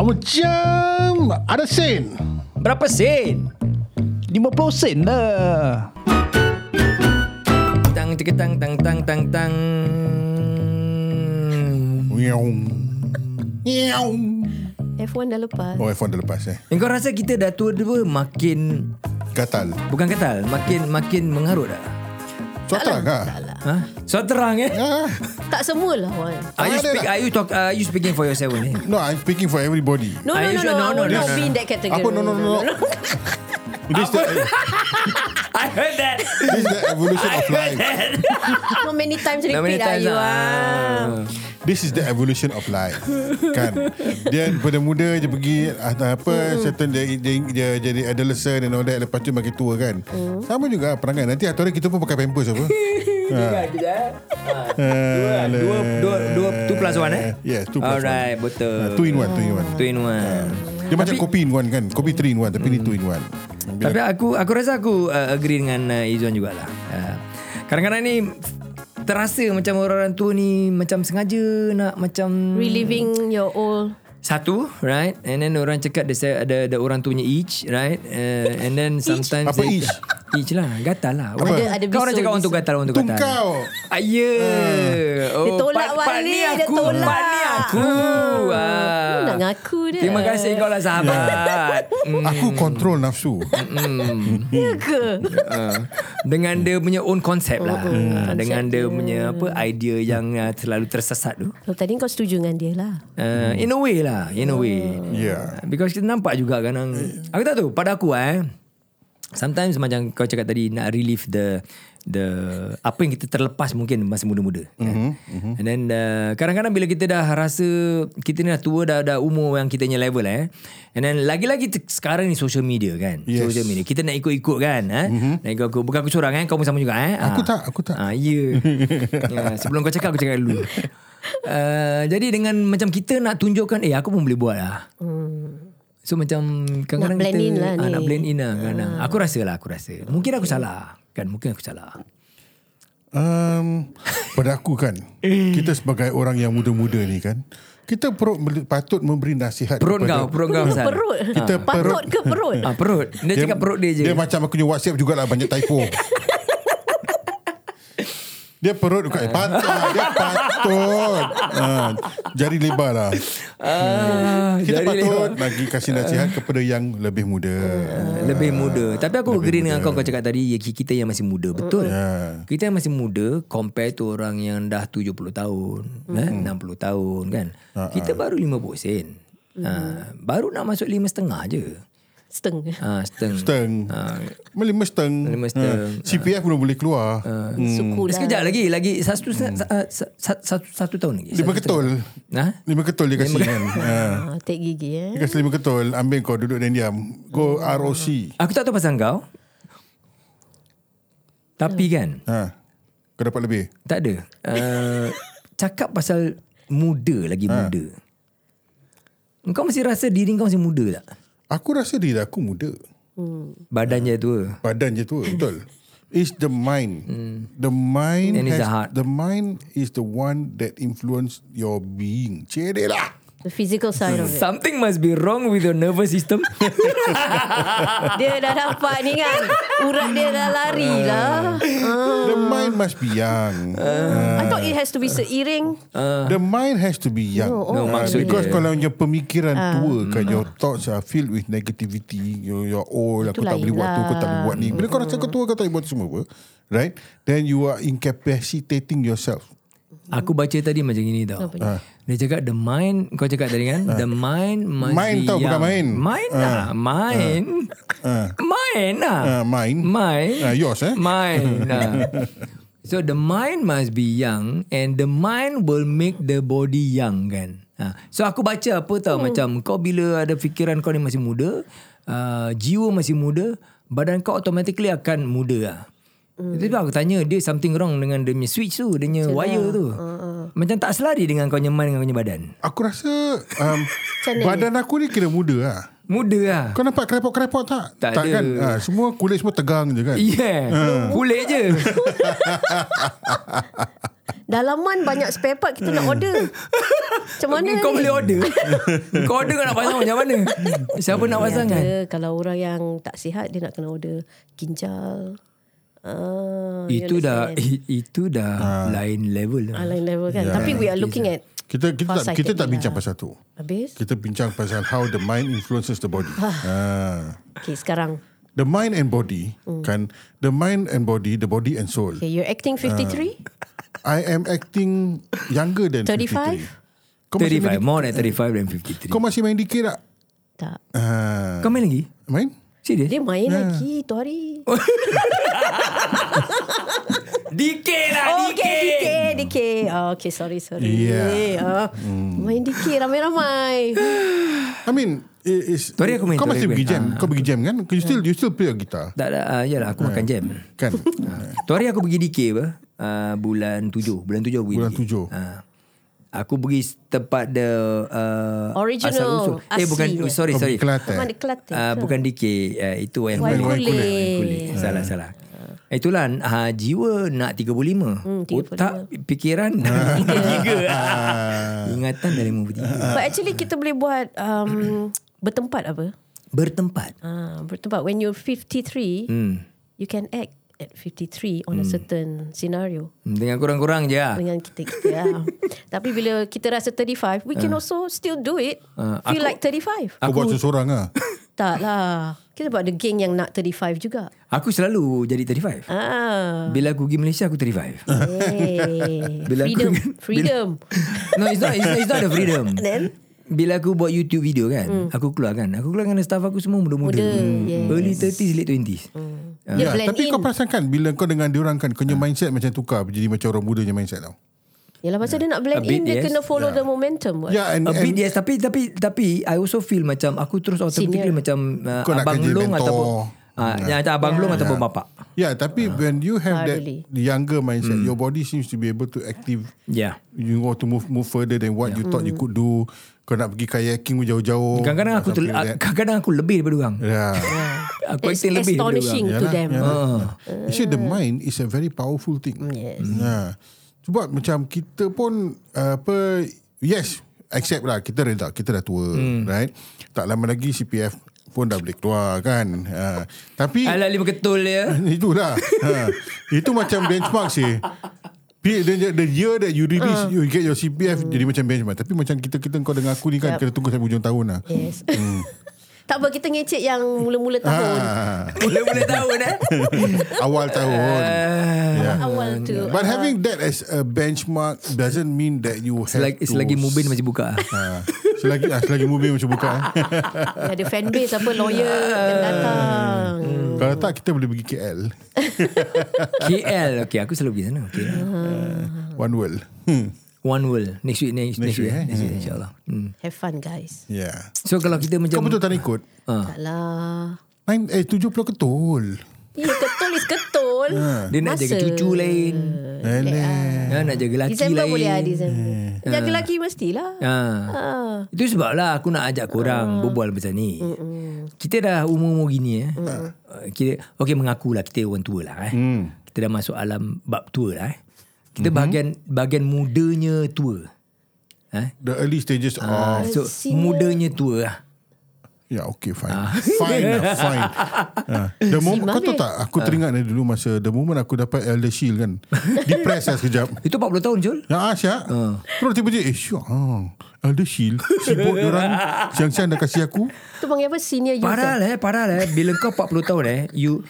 Macam ada sen. Berapa sen? 50 sen lah Tang tik tang tang tang tang tang. Meow. Meow. F1 dah lepas Oh, F1 dah lepas eh. Eh, Kau rasa kita dah tua dua makin Gatal. bukan katal, makin makin mengharut dah. Suatang lah. Ha? Suara terang eh. Ah. Tak semualah Wan Are you Ada speak tak? are you talk uh, are you speaking for yourself eh? ni? No, I'm speaking for everybody. No Are no you no sure? no, No, I no, would no, not no, be no. in that category Apa? No, no, no, no. This the, I heard that. this the evolution of life. How many times repeat How many are times you ah? ah? This is the evolution of life Kan Dia pada muda je pergi ah, Apa Certain dia, dia, dia jadi adolescent And all that Lepas tu makin tua kan Sama juga perangai Nanti atau hari kita pun pakai pampers apa Kejap, kejap. eh? Ah, Dua dua dua dua two plus one eh? Yes two plus Alright, one betul. Ah, Two in one Two in one Ah. Two in one. Dia macam kopi in one kan Kopi three in one Tapi ni two in one Tapi aku aku rasa aku uh, agree dengan uh, Izzuan jugalah. Uh, kadang-kadang ni terasa macam orang-orang tua ni macam sengaja nak macam Reliving your old satu right and then orang cakap dia saya- ada ada orang tuanya each right uh, and then sometimes Apa they- each? each lah gatal lah Apa? orang, Ada, ada kau orang bisul, cakap orang tu bisul. gatal orang tu gatal Tungkau Ah, ya. Yeah. Dia tolak pat- Wan pat ni, ni dia aku, tolak. Hmm, Pat ni aku. Ah. Nak ngaku dia Terima kasih kau lah sahabat. Mm. Aku control nafsu Ya ke? Ah, dengan dia punya own concept lah. Ah, dengan dia punya apa idea yang uh, terlalu tersesat tu. Kalau Oh, tadi kau setuju dengan dia lah Uh, in a way lah, in a way. Uh, Yeah Because kita nampak juga kan ang- Aku tak tahu Pada aku eh Sometimes macam kau cakap tadi Nak relieve the the Apa yang kita terlepas mungkin Masa muda-muda kan? mm-hmm. And then uh, Kadang-kadang bila kita dah rasa Kita ni dah tua Dah, dah umur yang kita punya level eh And then lagi-lagi te- Sekarang ni social media kan Yes. Social media Kita nak ikut-ikut kan eh? mm-hmm. Nak ikut-ikut Bukan aku seorang eh Kau pun sama juga eh Aku Ah. tak, aku tak. Ah, ya. ya. Sebelum kau cakap, aku cakap dulu. Uh, jadi dengan macam kita nak tunjukkan, eh aku pun boleh buat lah. So macam kadang-kadang Hmm. Nak blend kita in lah ah, ni. nak blend in lah kadang. Aku rasa lah, aku rasa. Mungkin aku salah. Kan, mungkin aku salah. Um, pada aku kan, kita sebagai orang yang muda-muda ni kan, kita perut, patut memberi nasihat Perut kepada, kau, perut kau Perut, Hasan. perut Kita Patut perut. ke perut? Ah, perut. Dia, cakap perut dia je. Dia macam aku punya WhatsApp jugalah banyak typo. dia perut bukan eh, patut. Dia patut. Ah, jari lebar lah. ah, Kita jadi Eh. patut lebar. bagi kasih nasihat kepada yang lebih muda. Eh. lebih muda. Tapi aku agree dengan kau kau cakap tadi ya, kita yang masih muda. Betul. lah. Eh. Yeah. Kita yang masih muda compare tu orang yang dah 70 tahun, mm. eh, 60 tahun kan. Uh-huh. Kita baru 50 sen. Mm. Ha, baru nak masuk lima setengah je. Setengah Ha, setengah. Steng. Ah. Melima steng. Lima steng. Ah, CPF belum boleh keluar. Ah. Hmm. Suku lah Eh, Sekejap lagi lagi satu, hmm. satu, satu, satu, satu tahun lagi. Lima Satu ketul. tahun. Ha? Lima ketul dia kasih kan. Ah. Ah, Tek gigi eh Dia kasi lima ketul Ambil kau duduk dan diam Go ROC Aku tak tahu pasal kau. Tapi kan ha. Kau dapat lebih Tak ada. Uh, cakap pasal muda lagi ha. muda. Kau masih rasa diri kau masih muda tak? Aku rasa diri aku muda Badannya tua. Badan je tu Betul It's the mind The mind Hmm. And has, it's the heart. The mind is the one That influence your being Cedek lah The physical side of it Something must be wrong with your nervous system. Hmm. Dia dah dapat ni kan Urat dia dah lari lah Ah. The mind must be young Ah. I thought it has to be seiring The mind has to be young Ah. No, Hmm. Ah, maksud Because dia- kalau your pemikiran tua kan Your thoughts are filled with negativity Your, your oh aku tak lain boleh buat tu Aku tak boleh lah. buat ni Bila kau rasa kau tua Kau tak boleh buat semua apa Right Then you are incapacitating yourself Aku baca tadi macam gini tau. Ah. Dia cakap the mind. Kau cakap tadi kan? The mind must Mind be tau, young. bukan main. Mind lah. Mind. Mind lah. Ah, mind. Mind. Ah, yours, eh? Mind lah. So the mind must be young and the mind will make the body young kan. Ha. So aku baca apa tau hmm. macam kau bila ada fikiran kau ni masih muda, uh, jiwa masih muda, badan kau automatically akan muda lah. Hmm. Tapi aku tanya dia something wrong dengan dia punya switch tu, dia punya wire tu. Macam tak selari dengan kau punya mind dengan kau punya badan. Aku rasa um, Badan aku ni kira muda lah Muda lah. Kau nampak kerepot-kerepot tak? Tak ada. kan? Ah, semua Ah. kulit semua tegang je kan Yeah. Kulit je. Dalaman banyak spare part Kita nak order Macam mana Kau ni? boleh order Kau order kau nak pasang macam mana Siapa nak kan? pasangan Ada, kalau orang yang tak sihat Dia nak kena order Ginjal ah, you Itu dah understand? i- Itu dah Lain level ah, lah Lain level kan Tapi we are looking at Kita kita tak, kita tak Farsighted bincang lah. pasal tu. Habis Kita bincang pasal how the mind influences the body. ha. Okay sekarang The mind and body kan the mind and body, the body and soul. Hmm. okay, You're acting 53 I am acting younger than 35? 53. Kau masih 35 main, More than 35 than 53 kau masih main dikir tak? Tak Ah, Kau main lagi main? Serius Dia main lagi tu hari Oh, Dikit lah Oh, Dikit okay, DK, DK. Oh, okay, sorry, sorry. Yeah. Oh, Main DK ramai-ramai. I mean, it is, Tu hari aku main, kau Ah. tu hari masih aku pergi main. jam. Kau pergi jam kan? You still, Hmm. you still play your guitar. Tak ada uh, Yalah aku makan jam Kan? Tu hari aku pergi DK apa uh, Bulan 7 Bulan 7 aku pergi Bulan DK. tujuh. Ah. Aku pergi tempat the uh, Original, asal usul. Eh bukan aslinya. oh, Sorry Kau sorry pergi Kelantan. Mana Kelantan? Uh, bukan DK uh, Itu yang Wayang Wayang kulit. Hmm. kulit. Salah salah. Itulah uh, jiwa nak 35. Hmm, 35. Otak fikiran nak Ah. 33. Ingatan dah 53. But actually kita boleh buat um, bertempat apa? Bertempat. Ah, bertempat when you're 53, Hmm. you can act at 53 on a certain scenario Dengan kurang-kurang je lah. dengan kita kita lah. Tapi bila kita rasa 35, we can also still do it. Ah, Feel aku- like 35. Kau buat seseorang lah. Tak lah. Kita buat the geng yang nak 35 juga. Aku selalu jadi 35. Ah. Bila aku pergi Malaysia aku 35. Hey. Bila aku- freedom. bila- freedom. No it's not It's not, it's not the freedom Then? Hmm. Bila aku buat YouTube video kan mm. Aku keluar kan Aku keluar dengan staff aku semua muda-muda Muda, mm. yes. Hmm. Early 30s late 20s mm. Dia Ya, blend tapi in. kau perasakan bila kau dengan diorang kan, kau punya Ah. mindset macam tukar. Jadi macam orang muda punya mindset tau. Yalah pasal dia nak A blend bit, in, dia yes. kena follow the momentum. what. Yeah, Ya, and, A and bit yes Tapi tapi tapi I also feel macam Aku terus automatically Senior. Macam uh, Kau nak Abang kerja Long mentor. ataupun uh, yeah. Abang Ya. Long ataupun bapak yeah, ya, tapi Ah. when you have that Thoroughly. younger mindset, Hmm. your body seems to be able to active Yeah you want to move move further than what you thought you Mm. could do. Kau nak pergi kayaking pun jauh-jauh. Kadang-kadang aku tel- Something like that. Kadang-kadang aku lebih daripada orang Yeah. Aku That's acting lebih daripada orang Ya. astonishing to lah. Yalah, them. yalah. Ah. You see, the mind is a very powerful thing. Mm. Mm, Yes. Yeah. Sebab macam kita pun uh, apa yes, accept lah kita reda, kita dah tua, Mm. right? Tak lama lagi CPF pun dah boleh keluar kan. Uh, tapi Alah lima ketul dia ya. Itulah. ha. Itu macam benchmark sih. Pe- The, the year that you release uh. You get your CPF Jadi macam benchmark Tapi macam kita-kita Kau dengan aku ni kan Kena tunggu sampai hujung tahun lah Yes. tak apa kita ngecek yang mula-mula tahun. ha. Mula-mula tahun eh Awal tahun yeah. Awal tu. But having that as a benchmark Doesn't mean that you have Selagi, to selagi Mubin masih buka ha. Selagi ah, Selagi mubin macam buka eh. ada fan base apa lawyer Ah. yang datang. Kalau tak kita boleh pergi KL KL Okay aku selalu pergi sana Okay Hmm. One world hmm. One world Next week Next, next, Next week, week, eh. eh? Next week insyaAllah hmm. Have fun guys. Yeah So kalau kita Kau macam betul tak nak ikut Tak lah. Nine, Eh 70 ketul Ya ketul is ketul. Dia nak jaga Masa. cucu lain Eleh ha, Nak jaga laki December lain boleh lah December. Jaga lelaki mestilah. ha. Ah. Itu sebab lah Aku nak ajak korang Berbual macam ni Kita dah umur-umur gini eh. Uh, Kita Okay mengakulah Kita orang tua lah eh. Kita dah masuk alam Bab tua lah eh. Kita bahagian Bahagian mudanya tua eh. The early stages of So mudanya tua lah Ya okay fine Ah. Fine lah fine ha. The moment Kau tahu tak Ah. Aku teringat ni dulu Masa the moment aku dapat Elder Shield kan Depressed lah sekejap Itu 40 tahun Jul Ya ah Syak Terus tiba-tiba Eh Syak ha. Elder Shield Sibuk diorang Siang-siang dah kasih aku Tu panggil apa senior youth. Parah lah eh, parah lah eh. Bila kau 40 tahun eh, you...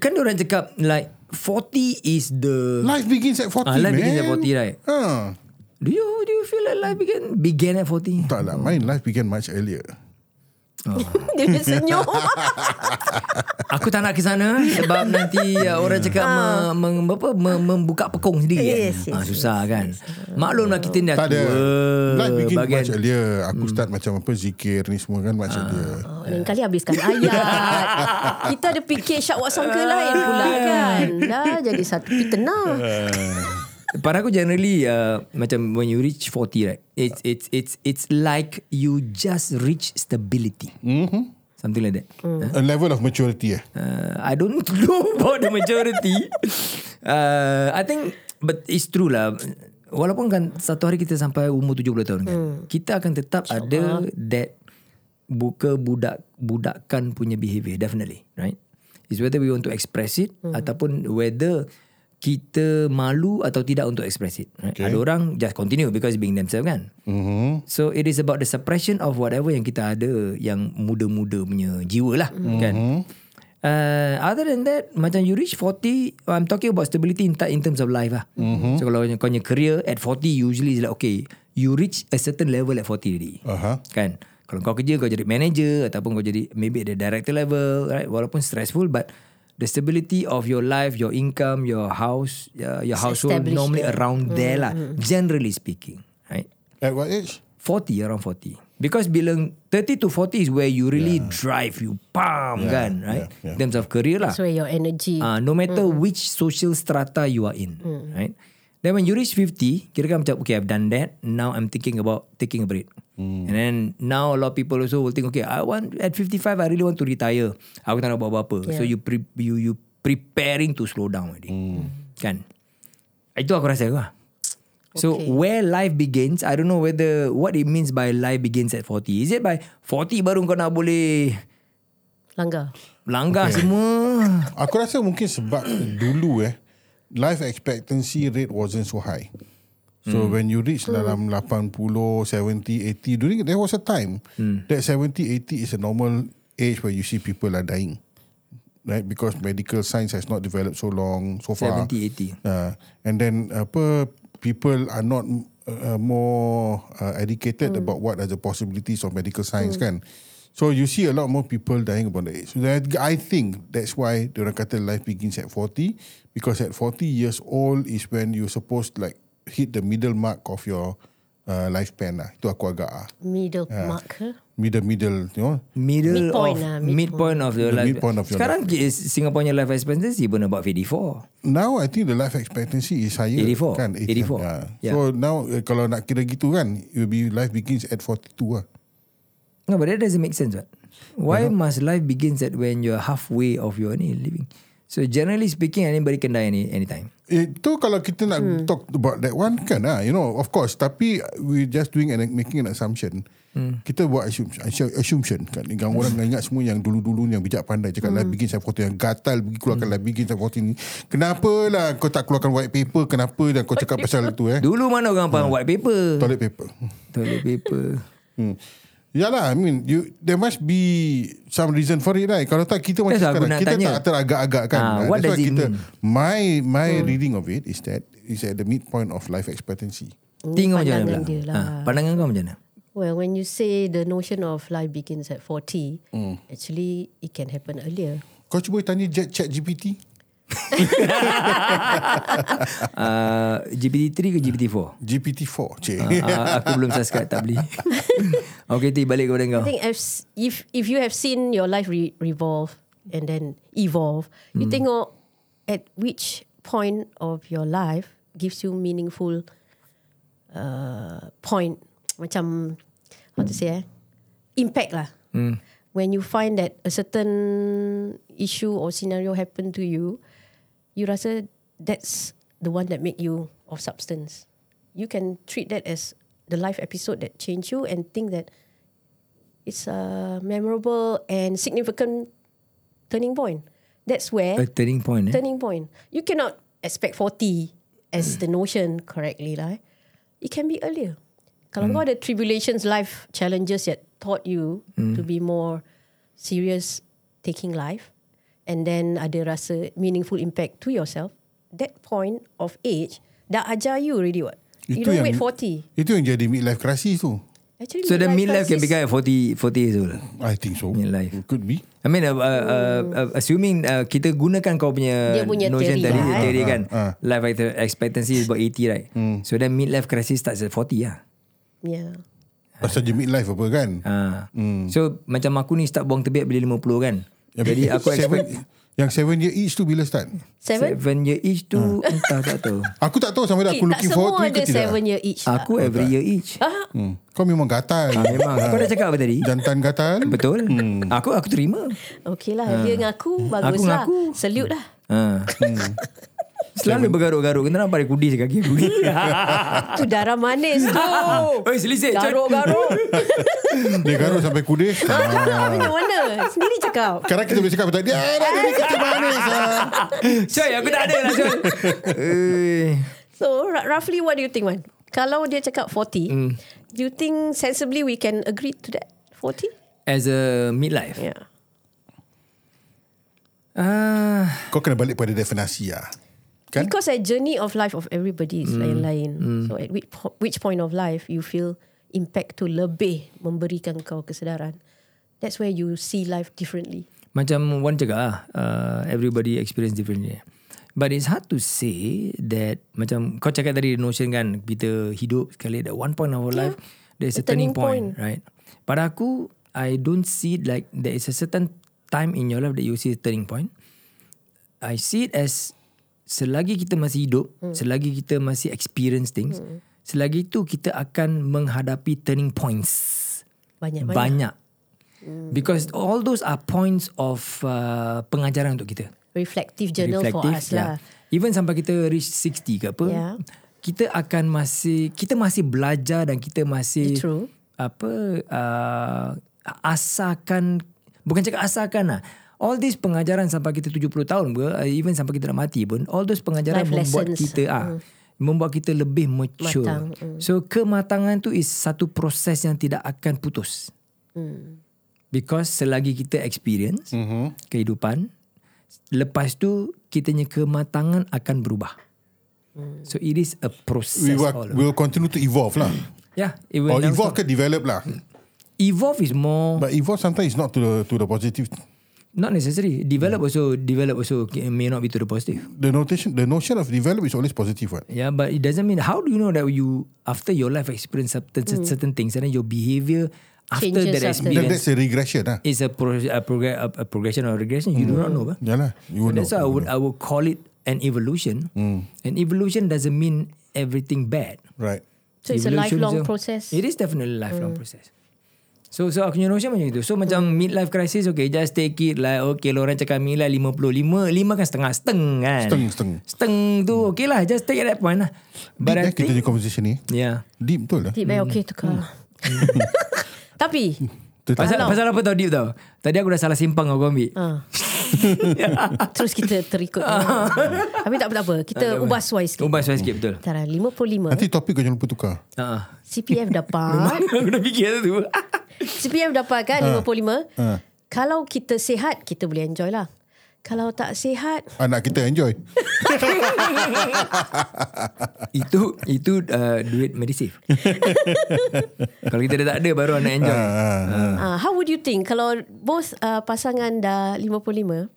Kan orang cakap like 40 is the... Life begins at 40 Ah, life man. begins at 40, right. ha. Do you do you feel like life began began at 40? Tak lah Mine life began much earlier Dia punya senyum. Aku tak nak ke sana sebab nanti uh, orang cakap me, meng, apa, me, membuka pekung sendiri. kan. Hmm. Ah. Yes, yes, ah, susah kan. Maklumlah kita ni dah Tak ada tua. Eh, Life begins bahagian- much earlier Aku Hmm. start macam apa Zikir ni semua kan Ah. Much earlier Oh, Lain kali habiskan ayat. Kita ada fikir syak wasangka lain pula kan. Dah jadi satu fitnah. Pada aku generally uh, macam when you reach 40 right it's it's it's it's like you just reach stability. Mm-hmm. Something like that. A level of maturity eh Uh, I don't know about the majority. uh, I think, but it's true lah. walaupun kan satu hari kita sampai umur 70 tahun kan. Hmm. Kita akan tetap ada that buka budak budakkan punya behavior definitely, right? It's whether we want to express it hmm. ataupun whether kita malu atau tidak untuk express it. Right? Okay. Ada orang just continue because being themselves kan. Mm-hmm. So it is about the suppression of whatever yang kita ada yang muda-muda punya jiwa lah mm-hmm. kan. Uh, other than that Macam you reach 40 I'm talking about stability In, in terms of life lah mm-hmm. So kalau kau punya career At 40 usually is like Okay You reach a certain level At 40 already Aha. Kan Kalau kau kerja Kau jadi manager Ataupun kau jadi Maybe at the director level right? Walaupun stressful But The stability of your life Your income Your house uh, Your household established Normally around there lah Generally speaking Right At what age? 40 around 40 because bila 30 to 40 is where you really yeah. drive you pam yeah. kan right yeah, yeah. in terms of career lah So your energy uh, no matter mm. which social strata you are in mm. right then when you reach 50 kira kan macam okay I've done that now I'm thinking about taking a break mm. and then now a lot of people also will think okay I want at 55 I really want to retire aku tak nak buat apa-apa yeah. so you pre- you you preparing to slow down already mm. kan itu aku rasa aku lah So Okay. where life begins, I don't know whether what it means by life begins at 40. Is it by 40 baru kau nak boleh Langgar langgar okay. semua? Aku rasa mungkin sebab dulu eh life expectancy rate wasn't so high. So when you reach dalam 80, 70, 80 during there was a time that 70, 80 is a normal age where you see people are dying. Right because medical science has not developed so long so far. 70, 80. Uh, and then apa people are not uh, more uh, educated about what are the possibilities of medical science kan. So you see a lot more people dying about the age. So that, I think that's why orang kata life begins at 40 because at 40 years old is when you supposed like hit the middle mark of your uh, lifespan lah. Itu aku agak ah. Middle mark eh? huh? Middle middle you know. Middle of Midpoint lah, midpoint. midpoint of your The life. midpoint of your Sekarang is Singapore punya life expectancy pun about 54. Now I think the life expectancy is higher 84. kan 84. Ah. Yeah. So now uh, kalau nak kira gitu kan it will be life begins at 42 lah. No, but that doesn't make sense. What? Why must life begins at when you're halfway of your ni living? So generally speaking, anybody can die any anytime. Itu Eh, kalau kita nak hmm. talk about that one kan ah, you know of course tapi we just doing and making an assumption. Hmm. Kita buat assumption, assu- assumption kan. Yang orang ingat semua yang dulu-dulu ni yang bijak pandai cakap lah bikin saya foto yang gatal pergi keluarkan lah bikin saya foto ni. Kenapalah kau tak keluarkan white paper? Kenapa dan kau cakap pasal tu eh? Dulu mana orang pakai white paper? Toilet paper. Toilet paper. Hmm. Yalah, I mean, you, there must be some reason for it, right? Kalau tak, kita macam That's what sekarang, aku nak kita tanya. tak teragak-agakkan. Ah, Ah, that's what does why it kita, mean? Hmm. My my reading of it is that is at the midpoint of life expectancy. Tengok macam mana Oh, pandangan pula? dia lah. Ha, pandangan kau macam mana? Well, when you say the notion of life begins at 40, actually it can happen earlier. Kau cuba tanya chat, chat GPT? Uh, GPT-3 ke GPT-4? GPT-4, cik. uh, aku belum subscribe tak beli. okay, T balik kepada kau. I think if if, if you have seen your life re- revolve and then evolve, you tengok at which point of your life gives you meaningful uh, point macam how to say eh impact lah. When you find that a certain issue or scenario happen to you, you rasa that's the one that make you of substance. You can treat that as the life episode that changed you and think that it's a memorable and significant turning point. That's where A turning point eh? Mm-hmm. turning point. You cannot expect 40 as the notion correctly lah. eh. It can be earlier. Kalau Mm. kau ada tribulations, life challenges that taught you Mm. to be more serious taking life and then ada rasa meaningful impact to yourself, that point of age dah ajar you already what? you Itu don't yang- wait 40. Itu yang jadi midlife crisis tu. Actually, So the midlife can crisis- become at 40, 40 years old. I think so. Midlife. Could be. I mean, uh, uh, uh, uh, assuming uh, kita gunakan kau punya, Dia punya notion theory tadi, lah, eh. theory Ah, kan. ah. Hmm. Life expect- expectancy is about 80, right? So then midlife crisis starts at 40 lah. Yeah. Pasal je midlife apa kan? Ah. So macam aku ni start buang tebiat bila 50 kan. Jadi Ya, aku Eh, seven, expect Yang seven year each tu bila start? Seven? 7 year each tu Hmm. entah tak tahu. Aku tak tahu sampai dah aku Eh, looking tak forward to semua it ada ke tidak. seven year each. lah. Aku every year each. Ah. Hmm. Kau memang gatal. Ah, memang. Kau dah cakap apa tadi? Jantan gatal. Betul. Hmm. Aku aku terima. Ah. Okey lah, dia ngaku, bagus lah. ngaku. Hmm. Salute lah. Ha. Ah. Selalu bergaruk-garuk. Kena nampak ada kudis kaki aku. Tu darah manis tu. Oi, selisih. Garuk-garuk. Dia garuk sampai kudis. Ah, Ah. Macam mana? Sendiri cakap. Sekarang kita boleh cakap pasal dia. Ah, Dia ada kata manis. ah. Coy, aku tak ada lah, Coy. Eh, So r- roughly what do you think man? Kalau dia cakap 40, Hmm. do you think sensibly we can agree to that? 40? As a midlife. Yeah. Ah, Kau kena balik pada definasi lah. Kan? Because a journey of life of everybody Hmm. is lain-lain. So at which, po- which point of life you feel impact tu lebih memberikan kau kesedaran. That's where you see life differently. macam Wan cakap lah, uh, everybody experience differently. But it's hard to say that macam kau cakap tadi notion kan kita hidup sekali at one point of our life there's a a turning turning point, right? Pada aku I don't see it like there is a certain time in your life that you see a turning point. I see it as selagi kita masih hidup, Hmm. selagi kita masih experience things, selagi itu kita akan menghadapi turning points. Banyak-banyak. Banyak. Because all those are points of uh, pengajaran untuk kita. Reflective journal for Reflective, us lah. yeah. Even sampai kita reach 60 ke apa, Yeah. kita akan masih kita masih belajar dan kita masih True. apa uh, asakan bukan cakap asakan lah. All these pengajaran sampai kita 70 tahun ke, uh, even sampai kita nak mati pun, all those pengajaran Life membuat lessons. Mm. kita ah membuat kita lebih mature. Matang, mm. So kematangan tu is satu proses yang tidak akan putus. Mm. Because selagi kita experience mm-hmm. kehidupan, lepas tu kitanya kematangan akan berubah. Mm. So it is a We process. all will, over. will continue to evolve lah. Hmm. yeah, it will Or Oh, never evolve stop. ke develop lah. Hmm. evolve is more But evolve sometimes is not to the, to the positive. not necessary. Develop also develop also ca- may not be to the positive. The notation, the notion of develop is always positive one. Yeah, but it doesn't mean how do you know that you after your life experience certain certain things and then your behavior after Hmm. Changes that after. Then experience that's a regression lah. is a, pro- a, progr- a, a progression or regression. You do not know. Bah. Yalah. Hmm. lah, You will That's why I know. Hmm. would I would call it an evolution. An evolution doesn't mean everything bad. Right. So it's a Evolution is lifelong a- process. Hmm. It is definitely a lifelong process. So so aku punya notion macam itu. So macam midlife crisis okay just take it lah. Okay lah orang cakap midlife 55. 5 kan setengah. Seteng kan. Seteng, seteng. Seteng tu okay lah. Just take it at that point lah. But I Deep eh kita think. di conversation ni. Yeah. Deep betul lah. Deep Hmm. eh, okay tu kau. Tapi, Pasal, Kalau- pasal apa tau Deep tau Tadi aku dah salah simpang kau kau ambil ah, terus kita terikut. Tapi tak apa, tak apa. Kita ubah suai sikit. Hmm. Ubah Oh, suai sikit betul Antara 55, Nanti topik kau jangan lupa tukar. uh-huh. CPF dapat. Aku dah fikir tu CPF dapat kan 55. Ah. Kalau kita sihat, kita boleh enjoy lah. Kalau tak sihat, Anak kita enjoy. Itu Itu uh, duit medisave Kalau kita dah tak ada Baru anak enjoy Ah, ah. uh, how would you think kalau both uh, pasangan dah 55,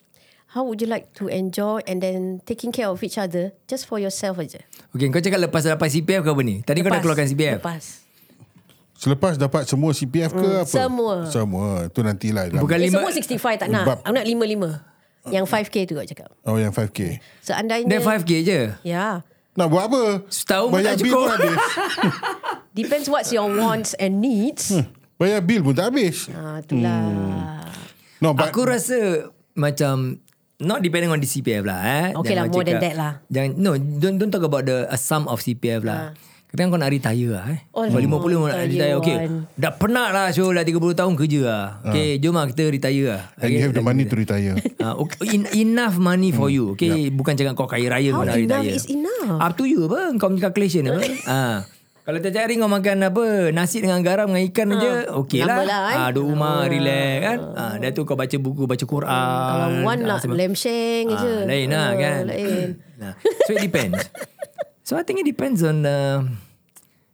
how would you like to enjoy and then taking care of each other just for yourself aja? Okay kau cakap lepas dapat CPF ke apa ni Tadi kau dah keluarkan CPF Lepas. Selepas dapat semua CPF ke apa? semua. Semua. Itu nantilah. dalam- Hmm. Bukan Eh, lima semua 65 tak Bab. nak. Aku nak 55. Yang 5K tu kau cakap. Ya. Oh yang 5K. Seandainya... Dia 5k je Yeah. Nak buat apa? Setahun pun Bayar tak bil cukup. pun habis. Depends what's your wants and needs. Bayar bil pun tak habis. Ah, itulah. No, but Aku rasa Macam Not depending on the CPF lah eh. Okay Jangan lah, more than cakap- that lah. Ah. jangan, No don't, don't talk about the a sum of CPF lah Kadang kau nak retire lah eh. Oh, Oh, Kalau 50 mau nak retire retire Okay one. Dah penat lah Syul Dah 30 tahun kerja lah Okay jom lah kita retire lah Ah. and you Okay, have the kita- money to retire. Ah, okay, en- enough money for you Okay Bukan cakap kau kaya raya How kau nak enough retire. is enough? Up to you apa Kau punya calculation apa ah. Kalau tiap hari kau makan apa Nasi dengan garam dengan ikan aja Okay lah, Lama Ah. lah, eh. Hmm, ah, Duduk rumah relax kan ah, Dah tu kau baca buku Baca Quran Kalau one nak Ah, sebab- lem sheng je. Ah, lain lah Ah, kan. Lain. Nah, so it depends. so I think it depends on uh,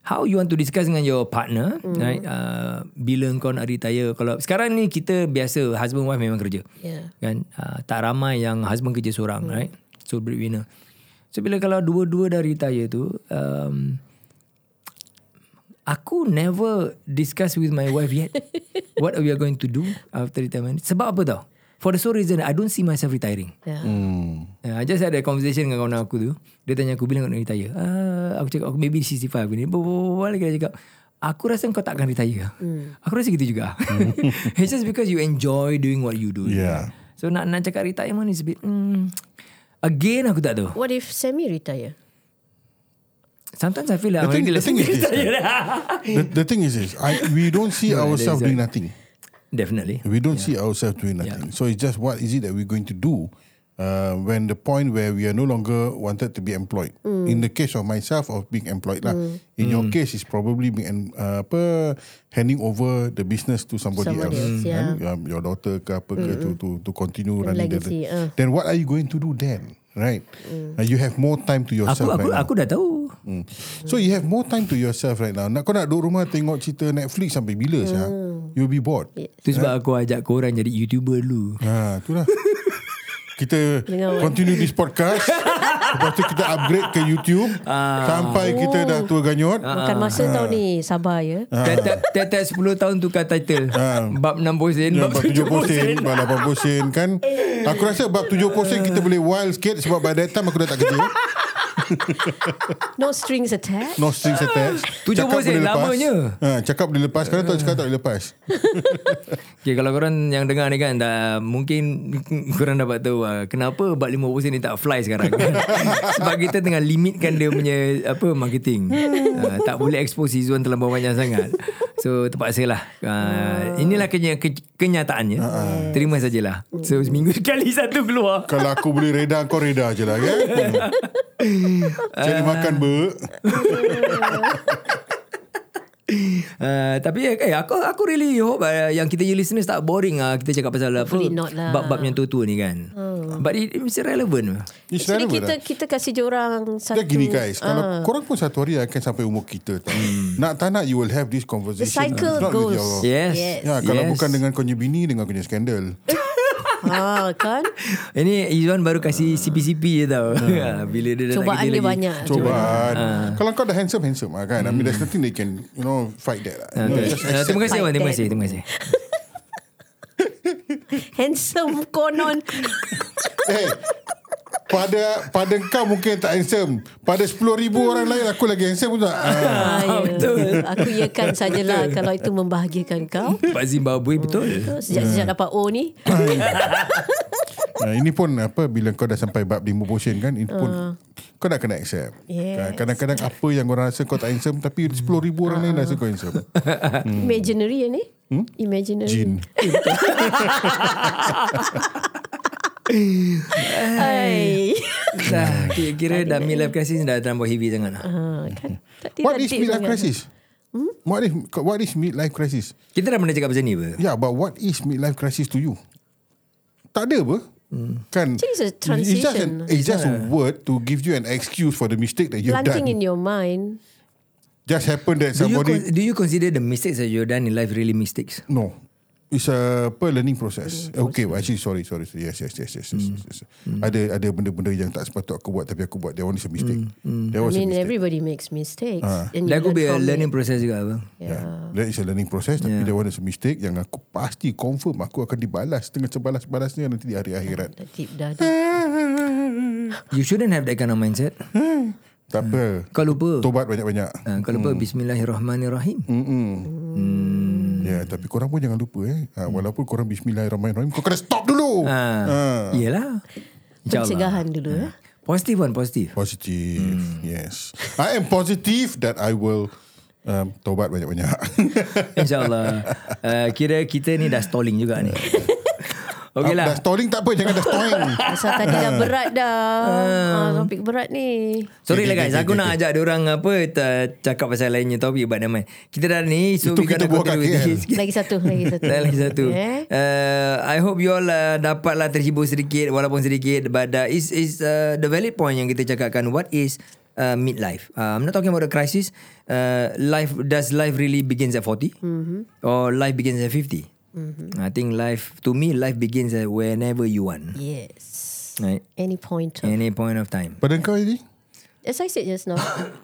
how you want to discuss dengan your partner, Hmm. mm. right? Uh, bila kau nak retire. Kalau sekarang ni kita biasa husband wife memang kerja. Yeah. Kan? Uh, tak ramai yang husband kerja seorang, Hmm. right? So breadwinner. So bila kalau dua-dua dah retire tu, um, Aku never discuss with my wife yet what we are going to do after retirement. Sebab apa tau? For the sole reason I don't see myself retiring. Yeah. Uh, I just had a conversation dengan kawan aku tu. Dia tanya aku bila kau nak retire. Ah, aku cakap aku maybe 65 ni. Berbual lagi dia cakap. Aku rasa kau tak akan retire. Mm. Aku rasa gitu juga. It's just because you enjoy doing what you do. Hmm. Yeah. So nak nak cakap retirement is a bit mm, Again aku tak tahu. What if semi-retire? Sometimes I feel like The I'm thing- already the thing is listening this, to you lah. The, the thing is, is I, we don't see No, ourselves there is doing nothing. Definitely. We don't see ourselves doing nothing. So it's just what is it that we're going to do uh, when the point where we are no longer wanted to be employed. Mm. In the case of myself, of being employed lah. In your Mm. case, it's probably being uh, apa handing over the business to somebody, Somebody else. else, yeah. Kan? Um, your daughter ke apa ke to, to, to continue running the- the- legacy, Mm. ah. Then what are you going to do then? Right? Uh, you have more time to yourself Aku aku right now. aku dah tahu. Hmm. So you have more time to yourself right now. Nak kau nak duduk rumah tengok cerita Netflix sampai bila mm. You'll be bored. Tu sebab aku ajak korang jadi YouTuber dulu. Ha, itulah. kita Dengar orang. continue this podcast. Lepas tu kita upgrade ke YouTube Ah. sampai kita Oh. dah tua ganyot. Makan masa tau ni, sabar ya. Ah. Tetap tetap 10 tahun tukar title. Bab 60 sen, Dan bab Ah. Ya, bab 70 70 sen. sen Bab 80 sen kan Aku rasa bab 70 sen Kita boleh wild sikit Sebab by that time Aku dah tak kerja No strings attached. No strings attached 70 Cakap sen, boleh lepas. lamanya. ha, Cakap boleh lepas Sekarang tak cakap tak boleh lepas Okay, kalau korang yang dengar ni kan dah, Mungkin korang dapat tahu lah, Kenapa bab 50 sen ni tak fly sekarang kan? Sebab kita tengah limitkan dia punya apa marketing uh, Tak boleh expose Izzuan terlalu banyak sangat So terpaksalah uh, Inilah kenya, ke, kenyataannya Terima sajalah So seminggu sekali satu keluar Kalau aku boleh reda Kau reda je lah kan Cari makan ber Uh, tapi eh, eh, aku aku really hope uh, yang kita punya listeners tak boring ah kita cakap pasal apa Hopefully not lah. bab-bab yang tua-tua ni kan. Hmm. But it, it's relevant. It's Actually relevant lah. kita kita kasih orang satu. Ah. Dia gini guys Kalau korang pun satu hari Akan sampai umur kita tau. Hmm. Nak tak nak You will have this conversation The cycle It's not with goes. your- Yes. Ya, kalau Yes. bukan dengan kau punya bini dengan kau punya skandal. Eh. ha, kan? Ini Izwan baru kasih CP-CP je tau. Ah, Bila dia dah nak Cobaan kerja dia lagi. banyak. Cobaan. Kan? Ah. Kalau kau dah handsome handsome lah kan. I mean there's nothing they can you know fight that. Lah. Ah, You know, betul. just Ah, accept. terima kasih Wan, terima Like kasih, terima kasih. Handsome konon. Eh, pada pada kau mungkin tak handsome. Pada 10,000 orang lain aku lagi handsome pun tak. Ah. Ah, ya. Betul. Aku iakan sajalah kalau itu membahagiakan kau. Pak Zimbabwe betul. Sejak-sejak dapat O ni. Ah, ini pun apa bila kau dah sampai bab lima portion kan ini pun kau nak kena accept. Kan? Ah. Yes. Kadang-kadang apa yang orang rasa kau tak handsome tapi 10,000 orang lain rasa kau handsome. Eh. Imaginary ya ni? Imaginary. Jin. Hai. Dah, kira-kira dah midlife crisis dah terlampau heavy sangat lah. Ah, kan? Tadi Mm-hmm. What dah is deep midlife sangat. crisis? Hmm? What is what is midlife crisis? Kita dah pernah cakap pasal ni apa? Yeah, but what is midlife crisis to you? Tak ada apa? Kan? Actually, Hmm. it's a It's just, an, transition. it's just a word to give you an excuse for the mistake that you've Planting done. in your mind. Just happened that Do you, somebody... con- do you consider the mistakes that you've done in life really mistakes? No. It's a apa, learning process. Okay, well, actually, sorry, sorry. sorry. Yes, yes, yes, yes. yes, yes, yes. Hmm. Ada ada benda-benda yang tak sepatut aku buat tapi aku buat. That one is a mistake. That Hmm. I was a mistake. mean, Ah. everybody makes mistakes. And you That could be a learn from learning it. process juga apa? Yeah. Ah. That is a learning process Tapi Yeah. yeah. that one is a mistake Yang aku pasti confirm Aku akan dibalas Dengan sebalas-balasnya Nanti di hari akhirat Dah deep dah. You shouldn't have that kind of mindset. Tak apa Kau lupa. Tobat banyak-banyak Ha, kalau apa Bismillahirrahmanirrahim. Hmm. Ya, tapi korang pun jangan lupa eh. Ha, walaupun korang bismillahirrahmanirrahim, kau kena stop dulu. Ah. Ha. Ha. Iyalah. Pencegahan dulu. eh. Ya. Positif one, positif. Positive. Hmm. Yes. I am positive that I will um, taubat banyak-banyak. InsyaAllah. Uh, kira kita ni dah stalling juga ni. Okey Ah, lah. Dah stalling tak apa, jangan dah stalling. Pasal tadi dah berat dah. Ah, topik berat ni. Sorry lah Okay, guys okay, Aku okay, nak ajak orang apa ta- Cakap pasal lainnya topik But nevermind Kita dah ni So Itu we kita gonna buat ya? kat continue with KL. this. Lagi satu, lagi satu. Dan lagi satu Eh? uh, I hope you all uh, Dapatlah terhibur sedikit Walaupun sedikit But uh, is is uh, The valid point yang kita cakapkan What is uh, midlife uh, I'm not talking about a crisis uh, Life Does life really begins at 40 mm-hmm. Or life begins at 50 mm-hmm. I think life To me life begins at Whenever you want Yes. Right Any point. Of, Any point of time Pada kau ini? as I said just now,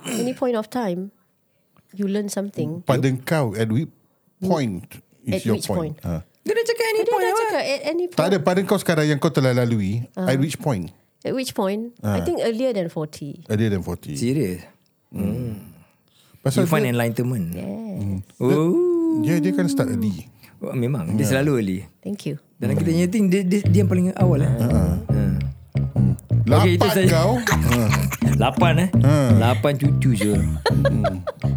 any point of time, you learn something. Pada kau, at which point is At your which point? point? Ha. Dia dah cakap any Dia point dah apa? cakap at any Tak point. ada pada kau sekarang yang kau telah lalui, at Ah. which point? At which point? Ah. I think earlier than 40. Earlier than 40. Serious Pasal You find dia, enlightenment Yeah. Oh dia, dia kan start early. Oh, Memang Dia selalu early Thank you. Dalam kita punya thing Dia, dia, dia yang paling awal eh. Uh-huh. Okey, itu Lapan saja. kau Lapan eh Lapan cucu je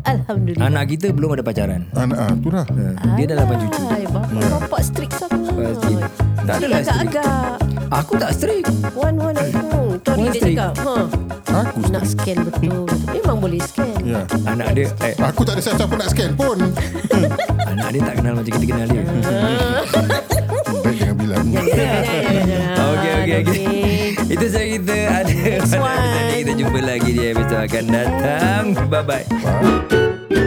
Ah. Alhamdulillah. Anak kita belum ada pacaran Anak ah, tu dah ha, Dia dah lapan cucu Ay, bapak, bapak strict sangat. Pasti. Tak adalah strict Agak-agak. Aku tak strict One one hmm. Tu One hari dia strict. cakap ha, Aku Nak scan betul Memang boleh scan Ya Anak dia eh, Aku tak ada siapa-siapa nak scan pun Anak dia tak kenal macam kita kenal dia Baik jangan bilang Jangan, jangan, jangan. Okey okey okey. Itu saja kita ada Next pada episode one. ini. Kita jumpa lagi di episod akan datang. Bye bye. Bye.